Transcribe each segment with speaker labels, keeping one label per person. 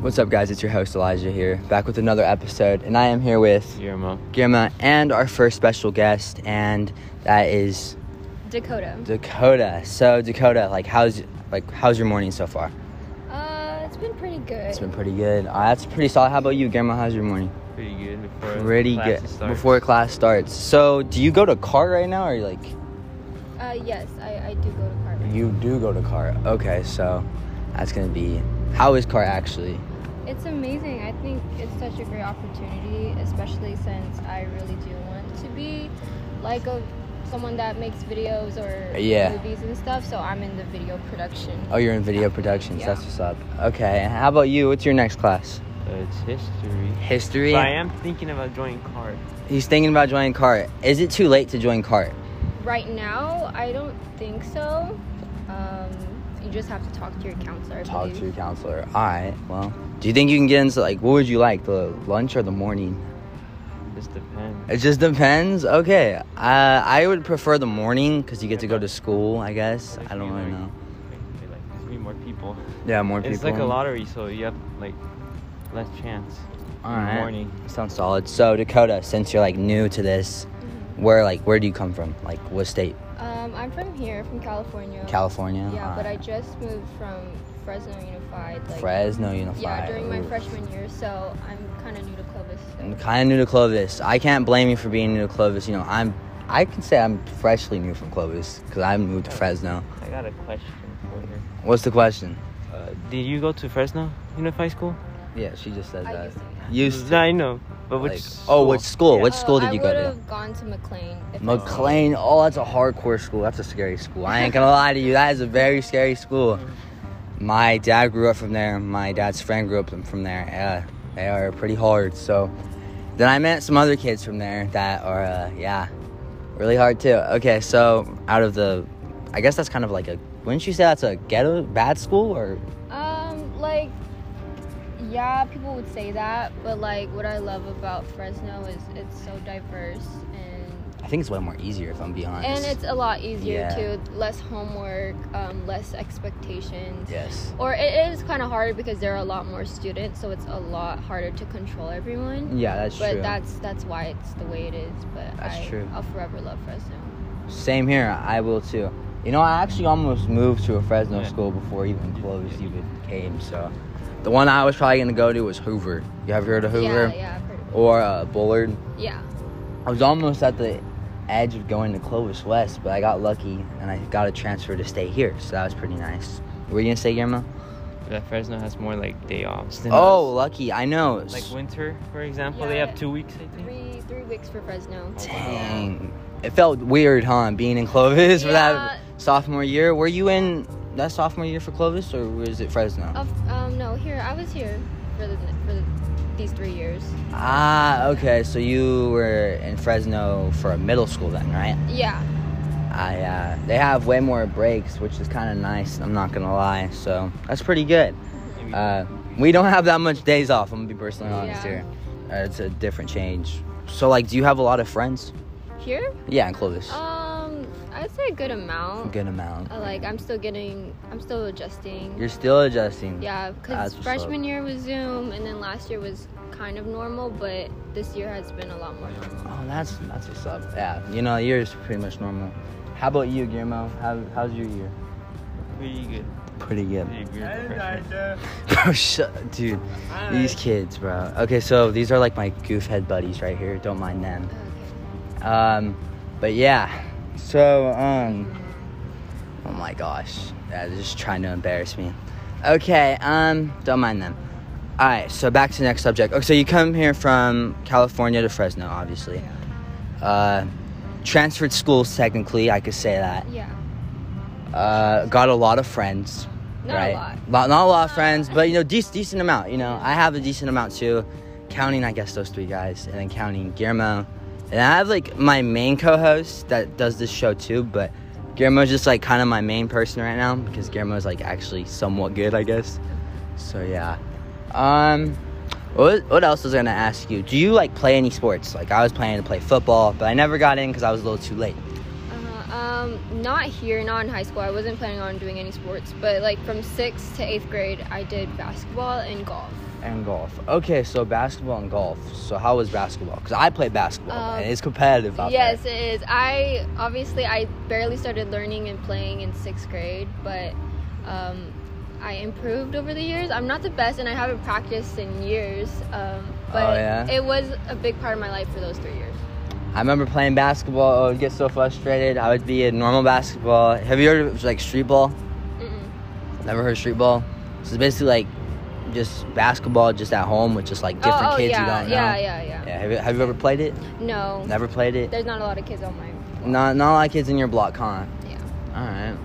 Speaker 1: What's up, guys? It's your host Elijah here, back with another episode, and I am here with
Speaker 2: Guillermo.
Speaker 1: Guillermo and our first special guest, and that is
Speaker 3: Dakota.
Speaker 1: Dakota. So, Dakota, like, how's like how's your morning so far?
Speaker 3: Uh, it's been pretty good.
Speaker 1: It's been pretty good. Uh, that's pretty solid. How about you, Guillermo? How's your morning?
Speaker 2: Pretty good before
Speaker 1: Pretty
Speaker 2: classes
Speaker 1: good.
Speaker 2: start.
Speaker 1: Before class starts. So, do you go to CAR right now, or like
Speaker 3: uh, yes, I, I do go to Carver.
Speaker 1: you do go to CAR? Okay, so that's gonna be how is CAR actually?
Speaker 3: It's amazing. I think it's such a great opportunity, especially since I really do want to be like a someone that makes videos or
Speaker 1: Yeah.
Speaker 3: movies and stuff. So I'm in the video production.
Speaker 1: Oh, you're in video productions.
Speaker 3: Yeah.
Speaker 1: That's what's up. Okay, and how about you? What's your next class?
Speaker 2: Uh, it's history.
Speaker 1: History.
Speaker 2: But I am thinking about joining CART.
Speaker 1: He's thinking about joining CART. Is it too late to join CART?
Speaker 3: Right now, I don't think so. Um, you just have to talk to your counselor. I
Speaker 1: Talk to
Speaker 3: believe.
Speaker 1: your counselor. All right. Well, do you think you can get into like what would you like, the lunch or the morning?
Speaker 2: This depends.
Speaker 1: It just depends. Okay. Uh, I would prefer the morning because you get to go to school. I guess. I don't really know.
Speaker 2: Like, like, there's gonna be more people.
Speaker 1: Yeah, more people.
Speaker 2: It's like a lottery, so you have like less chance.
Speaker 1: All
Speaker 2: in the
Speaker 1: right.
Speaker 2: Morning.
Speaker 1: Sounds solid. So Dakota, since you're like new to this, where like where do you come from? Like what state?
Speaker 3: Mm-hmm. Um, I'm from here, from California.
Speaker 1: California. uh-huh.
Speaker 3: Yeah, but I
Speaker 1: Alright.
Speaker 3: just moved from Fresno Unified. Like,
Speaker 1: Fresno Unified.
Speaker 3: Yeah, during my
Speaker 1: Ooh.
Speaker 3: freshman year, so I'm kind of new to Clovis. so-
Speaker 1: I'm kind of new to Clovis. I can't blame you for being new to Clovis. You know, I'm. I can say I'm freshly new from Clovis because I moved to Fresno.
Speaker 2: I got a question for you.
Speaker 1: What's the question?
Speaker 2: Uh, did you go to Fresno Unified School?
Speaker 1: Yeah, she just said
Speaker 3: I
Speaker 1: that.
Speaker 3: used to, yeah.
Speaker 1: Used to.
Speaker 2: I know. But which
Speaker 1: Like, oh, which school?
Speaker 2: Yeah.
Speaker 1: Which school did you go
Speaker 3: I would
Speaker 1: to?
Speaker 3: have gone to McLean. if I was-
Speaker 1: McLean. Oh, that's a hardcore school. That's a scary school. I ain't gonna lie to you. That is a very scary school. My dad grew up from there. My dad's friend grew up from there. Yeah, they are pretty hard. So then I met some other kids from there that are, uh, yeah, really hard too. Okay, so out of the, I guess that's kind of like a. Wouldn't you say that's a ghetto bad school or?
Speaker 3: Um, like, yeah, people would say that, but like, what I love about Fresno is it's so diverse and
Speaker 1: I think it's way more easier if I'm being honest.
Speaker 3: and it's a lot easier
Speaker 1: Yeah.
Speaker 3: too. Less homework, um, less expectations.
Speaker 1: yes.
Speaker 3: Or it is kind of harder because there are a lot more students, so it's a lot harder to control everyone.
Speaker 1: Yeah, Mm, that's
Speaker 3: but
Speaker 1: true.
Speaker 3: that's that's why it's the way it is. But
Speaker 1: That's
Speaker 3: I,
Speaker 1: true.
Speaker 3: I'll forever love Fresno.
Speaker 1: Same here. I will too. You know, I actually almost moved to a Fresno
Speaker 2: Yeah.
Speaker 1: school before even Clovis even came. So, the one I was probably gonna go to was Hoover. You ever heard of Hoover?
Speaker 3: Yeah, yeah, I've heard of it.
Speaker 1: Or uh, Bullard?
Speaker 3: Yeah.
Speaker 1: I was almost at the edge of going to Clovis West, but I got lucky and I got a transfer to stay here. So that was pretty nice. Were you gonna say Guillermo?
Speaker 2: That Fresno has more like day offs than
Speaker 1: Oh,
Speaker 2: us.
Speaker 1: lucky! I know.
Speaker 2: like winter, for example, they
Speaker 3: Yeah.
Speaker 2: have two weeks, I think.
Speaker 3: Three three weeks for Fresno.
Speaker 1: Dang. It felt weird, huh? Being in Clovis for that sophomore year. Were you in that sophomore year for Clovis, or was it Fresno?
Speaker 3: Of, um, no, here I was here for the for the, these three years.
Speaker 1: Ah, okay. So you were in Fresno for a middle school then, right?
Speaker 3: Yeah.
Speaker 1: I uh, they have way more breaks, which is kind of nice. I'm not gonna lie. So that's pretty good.
Speaker 2: Maybe
Speaker 1: Uh, we don't have that much days off. I'm gonna be personally honest
Speaker 3: Yeah.
Speaker 1: here. Uh, it's a different change. So like, do you have a lot of friends?
Speaker 3: Here?
Speaker 1: Yeah, in Clovis.
Speaker 3: Um, I'd say a good
Speaker 1: a
Speaker 3: amount.
Speaker 1: good amount.
Speaker 3: Uh, like I'm still getting, I'm still adjusting.
Speaker 1: You're still adjusting.
Speaker 3: Yeah,
Speaker 1: That's
Speaker 3: because
Speaker 1: what's
Speaker 3: freshman year was Zoom, and then last year was kind of normal, but this year has been a lot more normal.
Speaker 1: Oh, that's that's what's up. Yeah, you know, yours pretty much normal. How about you, Guillermo? How, how's your year?
Speaker 2: Pretty good.
Speaker 1: Pretty good.
Speaker 2: Pretty weird Fresno.
Speaker 1: Bro, Oh, shut, dude. These kids, bro. Okay, so these are like my goofhead buddies right here. Don't mind them.
Speaker 3: Okay.
Speaker 1: Um, but yeah. So um, oh my gosh, yeah, they're just trying to embarrass me. Okay, um, don't mind them. All right, so back to the next subject. Okay, so you come here from California to Fresno, obviously. Uh, transferred schools, technically, I could say that.
Speaker 3: Yeah.
Speaker 1: Uh, got a lot of friends.
Speaker 3: Not a
Speaker 1: right?
Speaker 3: lot.
Speaker 1: Not, not a lot of friends, but you know, dec- decent amount. You know, I have a decent amount too, counting I guess those three guys, and then counting Guillermo, and I have like my main co-host that does this show too, but Guillermo's just like kind of my main person right now because Guillermo's like actually somewhat good, I guess. So yeah. Um, what what else was I gonna ask you? Do you like play any sports? Like I was planning to play football, but I never got in because I was a little too late.
Speaker 3: Uh-huh. Um, not here, not in high school. I wasn't planning on doing any sports, but like from sixth to eighth grade, I did basketball and golf.
Speaker 1: and golf. Okay, so basketball and golf. So how was basketball? Because I play basketball
Speaker 3: Um,
Speaker 1: and it's competitive out
Speaker 3: yes, it is. I obviously I barely started learning and playing in sixth grade, but um, I improved over the years. I'm not the best, and I haven't practiced in years. Um, but
Speaker 1: Oh, yeah?
Speaker 3: it was a big part of my life for those three years.
Speaker 1: there. I remember playing basketball. I would get so frustrated. I would be in normal basketball. Have you heard of like street ball?
Speaker 3: Mm-mm.
Speaker 1: Never heard of street ball. So it's basically like just basketball, just at home with just like different
Speaker 3: oh, oh,
Speaker 1: kids
Speaker 3: yeah,
Speaker 1: you don't know.
Speaker 3: yeah, yeah, yeah,
Speaker 1: Yeah, have you, have you ever played it?
Speaker 3: No,
Speaker 1: Never played it.
Speaker 3: there's not a lot of kids on my.
Speaker 1: Not not a lot of kids in your block, huh?
Speaker 3: Yeah.
Speaker 1: All right.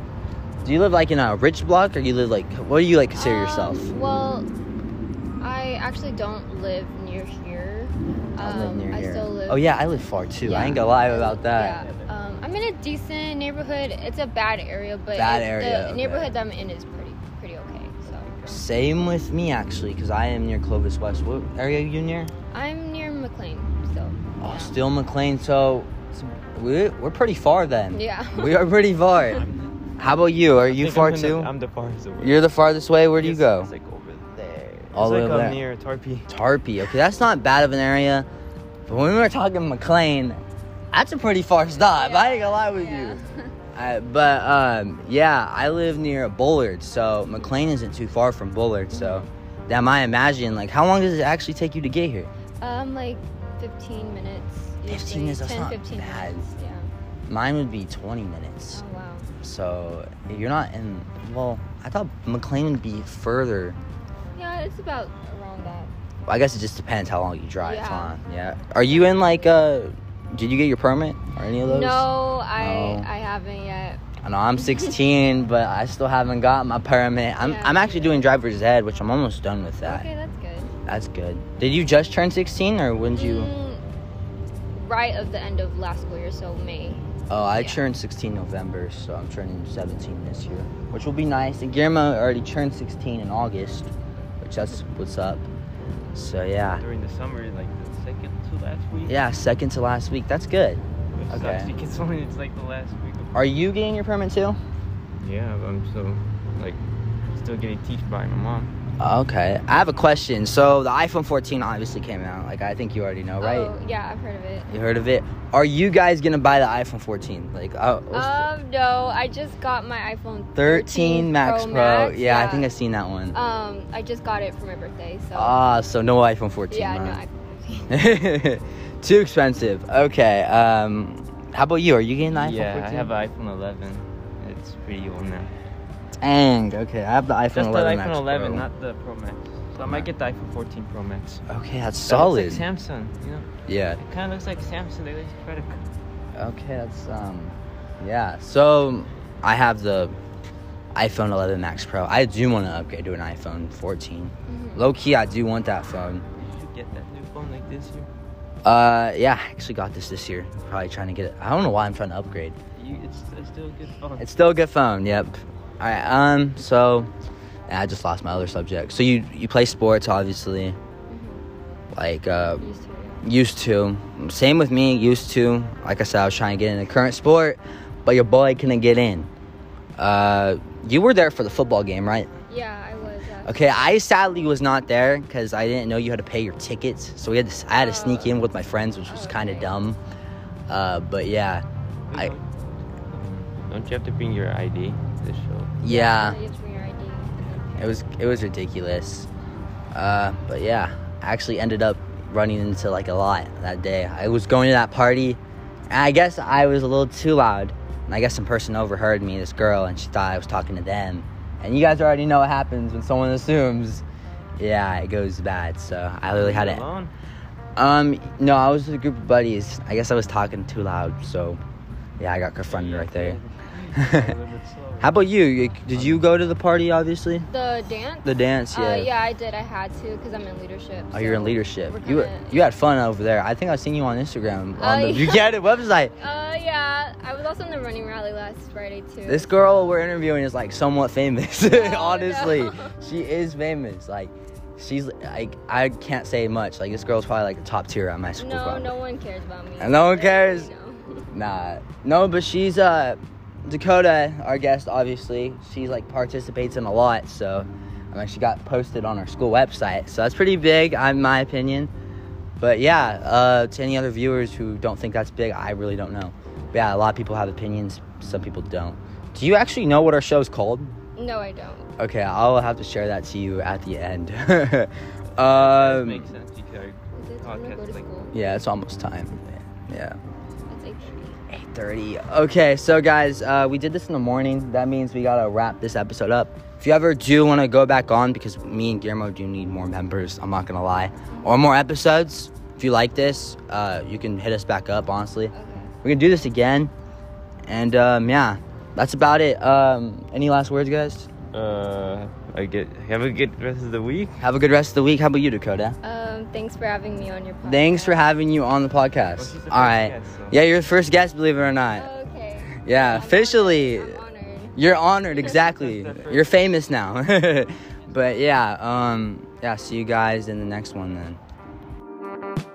Speaker 1: Do you live like in a rich block, or you live like what do you like consider
Speaker 3: Um,
Speaker 1: yourself?
Speaker 3: Well, I actually don't live near here.
Speaker 1: I live
Speaker 3: Um,
Speaker 1: near here.
Speaker 3: I still live.
Speaker 1: oh yeah, I live far too. I
Speaker 3: Yeah.
Speaker 1: ain't gonna lie about that.
Speaker 3: Yeah. Um, I'm in a decent neighborhood. It's a bad area, but
Speaker 1: Bad
Speaker 3: it-
Speaker 1: area,
Speaker 3: the
Speaker 1: okay.
Speaker 3: neighborhood that I'm in is pretty pretty okay. So
Speaker 1: Same with me actually, cause I am near Clovis West. What area are you near?
Speaker 3: I'm near McLean still.
Speaker 1: Oh,
Speaker 3: Yeah.
Speaker 1: still McLean. So so we're we're pretty far then.
Speaker 3: Yeah.
Speaker 1: We are pretty far. How about you? Are
Speaker 2: I
Speaker 1: you
Speaker 2: think
Speaker 1: far
Speaker 2: I'm in the-
Speaker 1: too?
Speaker 2: I'm the farthest away.
Speaker 1: You're the farthest way. Where do you
Speaker 2: It's-
Speaker 1: go?
Speaker 2: It's like over there.
Speaker 1: All the way
Speaker 2: it's like
Speaker 1: over there.
Speaker 2: up near Tarpey.
Speaker 1: Tarpey. Okay, that's not bad of an area. But when we were talking McLean, that's a pretty far stop. I ain't gonna lie with
Speaker 3: Yeah.
Speaker 1: you. I, but um, yeah, I live near Bullard, so McLean isn't too far from Bullard. So that might imagine like how long does it actually take you to get here?
Speaker 3: um, like 15 minutes.
Speaker 1: 15
Speaker 3: usually.
Speaker 1: minutes, that's
Speaker 3: 10,
Speaker 1: not
Speaker 3: 15
Speaker 1: bad.
Speaker 3: minutes. Yeah.
Speaker 1: Mine would be 20 minutes.
Speaker 3: Oh wow.
Speaker 1: So you're not in. Well, I thought McLean would be further.
Speaker 3: Yeah, it's about around that.
Speaker 1: Well, I guess it just depends how long you drive.
Speaker 3: Yeah.
Speaker 1: Huh? Yeah. Are you in like uh? Did you get your permit or any of those?
Speaker 3: No, I
Speaker 1: No.
Speaker 3: I haven't yet.
Speaker 1: I know I'm 16, but I still haven't got my permit. I'm,
Speaker 3: Yeah.
Speaker 1: I'm actually doing driver's ed, which I'm almost done with that.
Speaker 3: Okay, that's good.
Speaker 1: That's good. Did you just turn 16 or when did you?
Speaker 3: Mm, right of the end of last school year, so May.
Speaker 1: Oh, I
Speaker 3: yeah.
Speaker 1: turned 16 November, so I'm turning 17 this year, which will be nice. And Guillermo already turned 16 in August, which that's what's up. So yeah,
Speaker 2: During the summer, like the second to last week.
Speaker 1: Ah. yeah, second to last week. That's good.
Speaker 2: Which sucks
Speaker 1: okay.
Speaker 2: because only it's like the last week of.
Speaker 1: Are you getting your permit too?
Speaker 2: Yeah, but I'm still like still getting teeth by my mom.
Speaker 1: Okay. I have a question. So the iPhone 14 obviously came out. Like I think you already know, right?
Speaker 3: Oh, yeah, I've heard of it.
Speaker 1: You heard of it? Are you guys gonna buy the iPhone 14? Like, uh, what's the-
Speaker 3: Um, no, I just got my iPhone
Speaker 1: 13 Max Pro.
Speaker 3: Max,
Speaker 1: yeah, I think I've seen that one.
Speaker 3: Um, I just got it for my birthday, so.
Speaker 1: Ah, so no iPhone 14.
Speaker 3: yeah,
Speaker 1: huh?
Speaker 3: no, I,
Speaker 1: Too expensive. Okay. Um, how about you? Are you getting the iPhone
Speaker 2: yeah,
Speaker 1: 14?
Speaker 2: I have an iPhone 11. It's pretty old now.
Speaker 1: Dang. Okay, I have the iPhone
Speaker 2: Just
Speaker 1: 11.
Speaker 2: the iPhone
Speaker 1: Max
Speaker 2: 11,
Speaker 1: Pro.
Speaker 2: not the Pro Max. So I might get the iPhone 14 Pro Max.
Speaker 1: Okay, that's
Speaker 2: It
Speaker 1: solid.
Speaker 2: looks like Samsung, you know.
Speaker 1: yeah.
Speaker 2: It kind of looks like Samsung. They just try to.
Speaker 1: Okay, that's um, yeah. So I have the iPhone 11 Max Pro. I do want to upgrade to an iPhone 14.
Speaker 3: Mhm.
Speaker 1: Low key, I do want that phone.
Speaker 2: You get that new phone like this year.
Speaker 1: Uh, yeah, I actually got this this year. Probably trying to get it. I don't know why I'm trying to upgrade.
Speaker 2: You, it's, it's still a good phone.
Speaker 1: It's still a good phone. Yep. All right. Um. So, I just lost my other subject. So you you play sports, obviously.
Speaker 3: Mhm.
Speaker 1: Like uh,
Speaker 3: mm-hmm, Used to it, yeah.
Speaker 1: used to. Same with me. Used to. Like I said, I was trying to get in the current sport, but your boy couldn't get in. Uh, you were there for the football game, right?
Speaker 3: Yeah, I was. Uh,
Speaker 1: Okay. I sadly was not there because I didn't know you had to pay your tickets. So we had to. I had to sneak in with my friends, which was kind of
Speaker 3: Okay.
Speaker 1: dumb. Uh, but yeah,
Speaker 2: Wait,
Speaker 1: I-
Speaker 2: don't- Don't you have to bring your ID to show?
Speaker 1: yeah.
Speaker 3: You have to bring your ID.
Speaker 1: It was it was ridiculous. Uh, but yeah, I actually ended up running into like a lot that day. I was going to that party, and I guess I was a little too loud. And I guess some person overheard me, this girl, and she thought I was talking to them. And you guys already know what happens when someone assumes. Yeah, it goes bad. So I literally had it.
Speaker 2: Alone?
Speaker 1: Um, no, I was with a group of buddies. I guess I was talking too loud. So yeah, I got confronted right there. How about you? You- Did you go to the party? Obviously,
Speaker 3: The dance?
Speaker 1: the dance.
Speaker 3: Uh, yeah, I did. I had to because I'm in leadership.
Speaker 1: Oh, you're in
Speaker 3: so-
Speaker 1: leadership.
Speaker 3: we're
Speaker 1: You
Speaker 3: kinda-
Speaker 1: you had fun over there. I think I've seen you on Instagram on
Speaker 3: Oh,
Speaker 1: the
Speaker 3: yeah.
Speaker 1: You Get It website.
Speaker 3: Uh, yeah, I was also in the running rally last Friday too.
Speaker 1: This girl we're interviewing is like somewhat famous.
Speaker 3: no.
Speaker 1: Honestly, she is famous. Like she's like I can't say much. Like this girl's probably like the top tier at my school.
Speaker 3: No,
Speaker 1: probably.
Speaker 3: no one cares about me.
Speaker 1: And no one cares.
Speaker 3: You know.
Speaker 1: Nah. No, but she's uh Dakota, our guest obviously. She's like participates in a lot, so um, actually got posted on our school website. So that's pretty big, in my opinion. But yeah, uh, to any other viewers who don't think that's big, I really don't know. But yeah, a lot of people have opinions, some people don't. Do you actually know what our show's called?
Speaker 3: No, I don't.
Speaker 1: Okay, I'll have to share that to you at the end.
Speaker 2: That
Speaker 1: um,
Speaker 2: makes sense because
Speaker 3: Is it
Speaker 1: Oh,
Speaker 3: time to go to
Speaker 2: Podcast, like-
Speaker 3: school?
Speaker 1: yeah, it's almost time. Yeah.
Speaker 3: It's like
Speaker 1: 8.30 okay so guys uh, we did this in the morning that means we gotta wrap this episode up if you ever do want to go back on because me and guillermo do need more members i'm not gonna lie or more episodes if you like this uh, you can hit us back up honestly
Speaker 3: okay.
Speaker 1: we're gonna do this again and um, yeah that's about it um, any last words guys
Speaker 2: uh, I get have a good rest of the week.
Speaker 1: have a good rest of the week how about you dakota
Speaker 3: Um, thanks for having me on your podcast.
Speaker 1: thanks for having you on the podcast all right yeah you're the first guest believe it or not
Speaker 3: Okay.
Speaker 1: yeah
Speaker 3: I'm
Speaker 1: officially
Speaker 3: honored. I'm honored.
Speaker 1: You're honored, exactly. You're famous now. but yeah, um, yeah, see you guys in the next one then.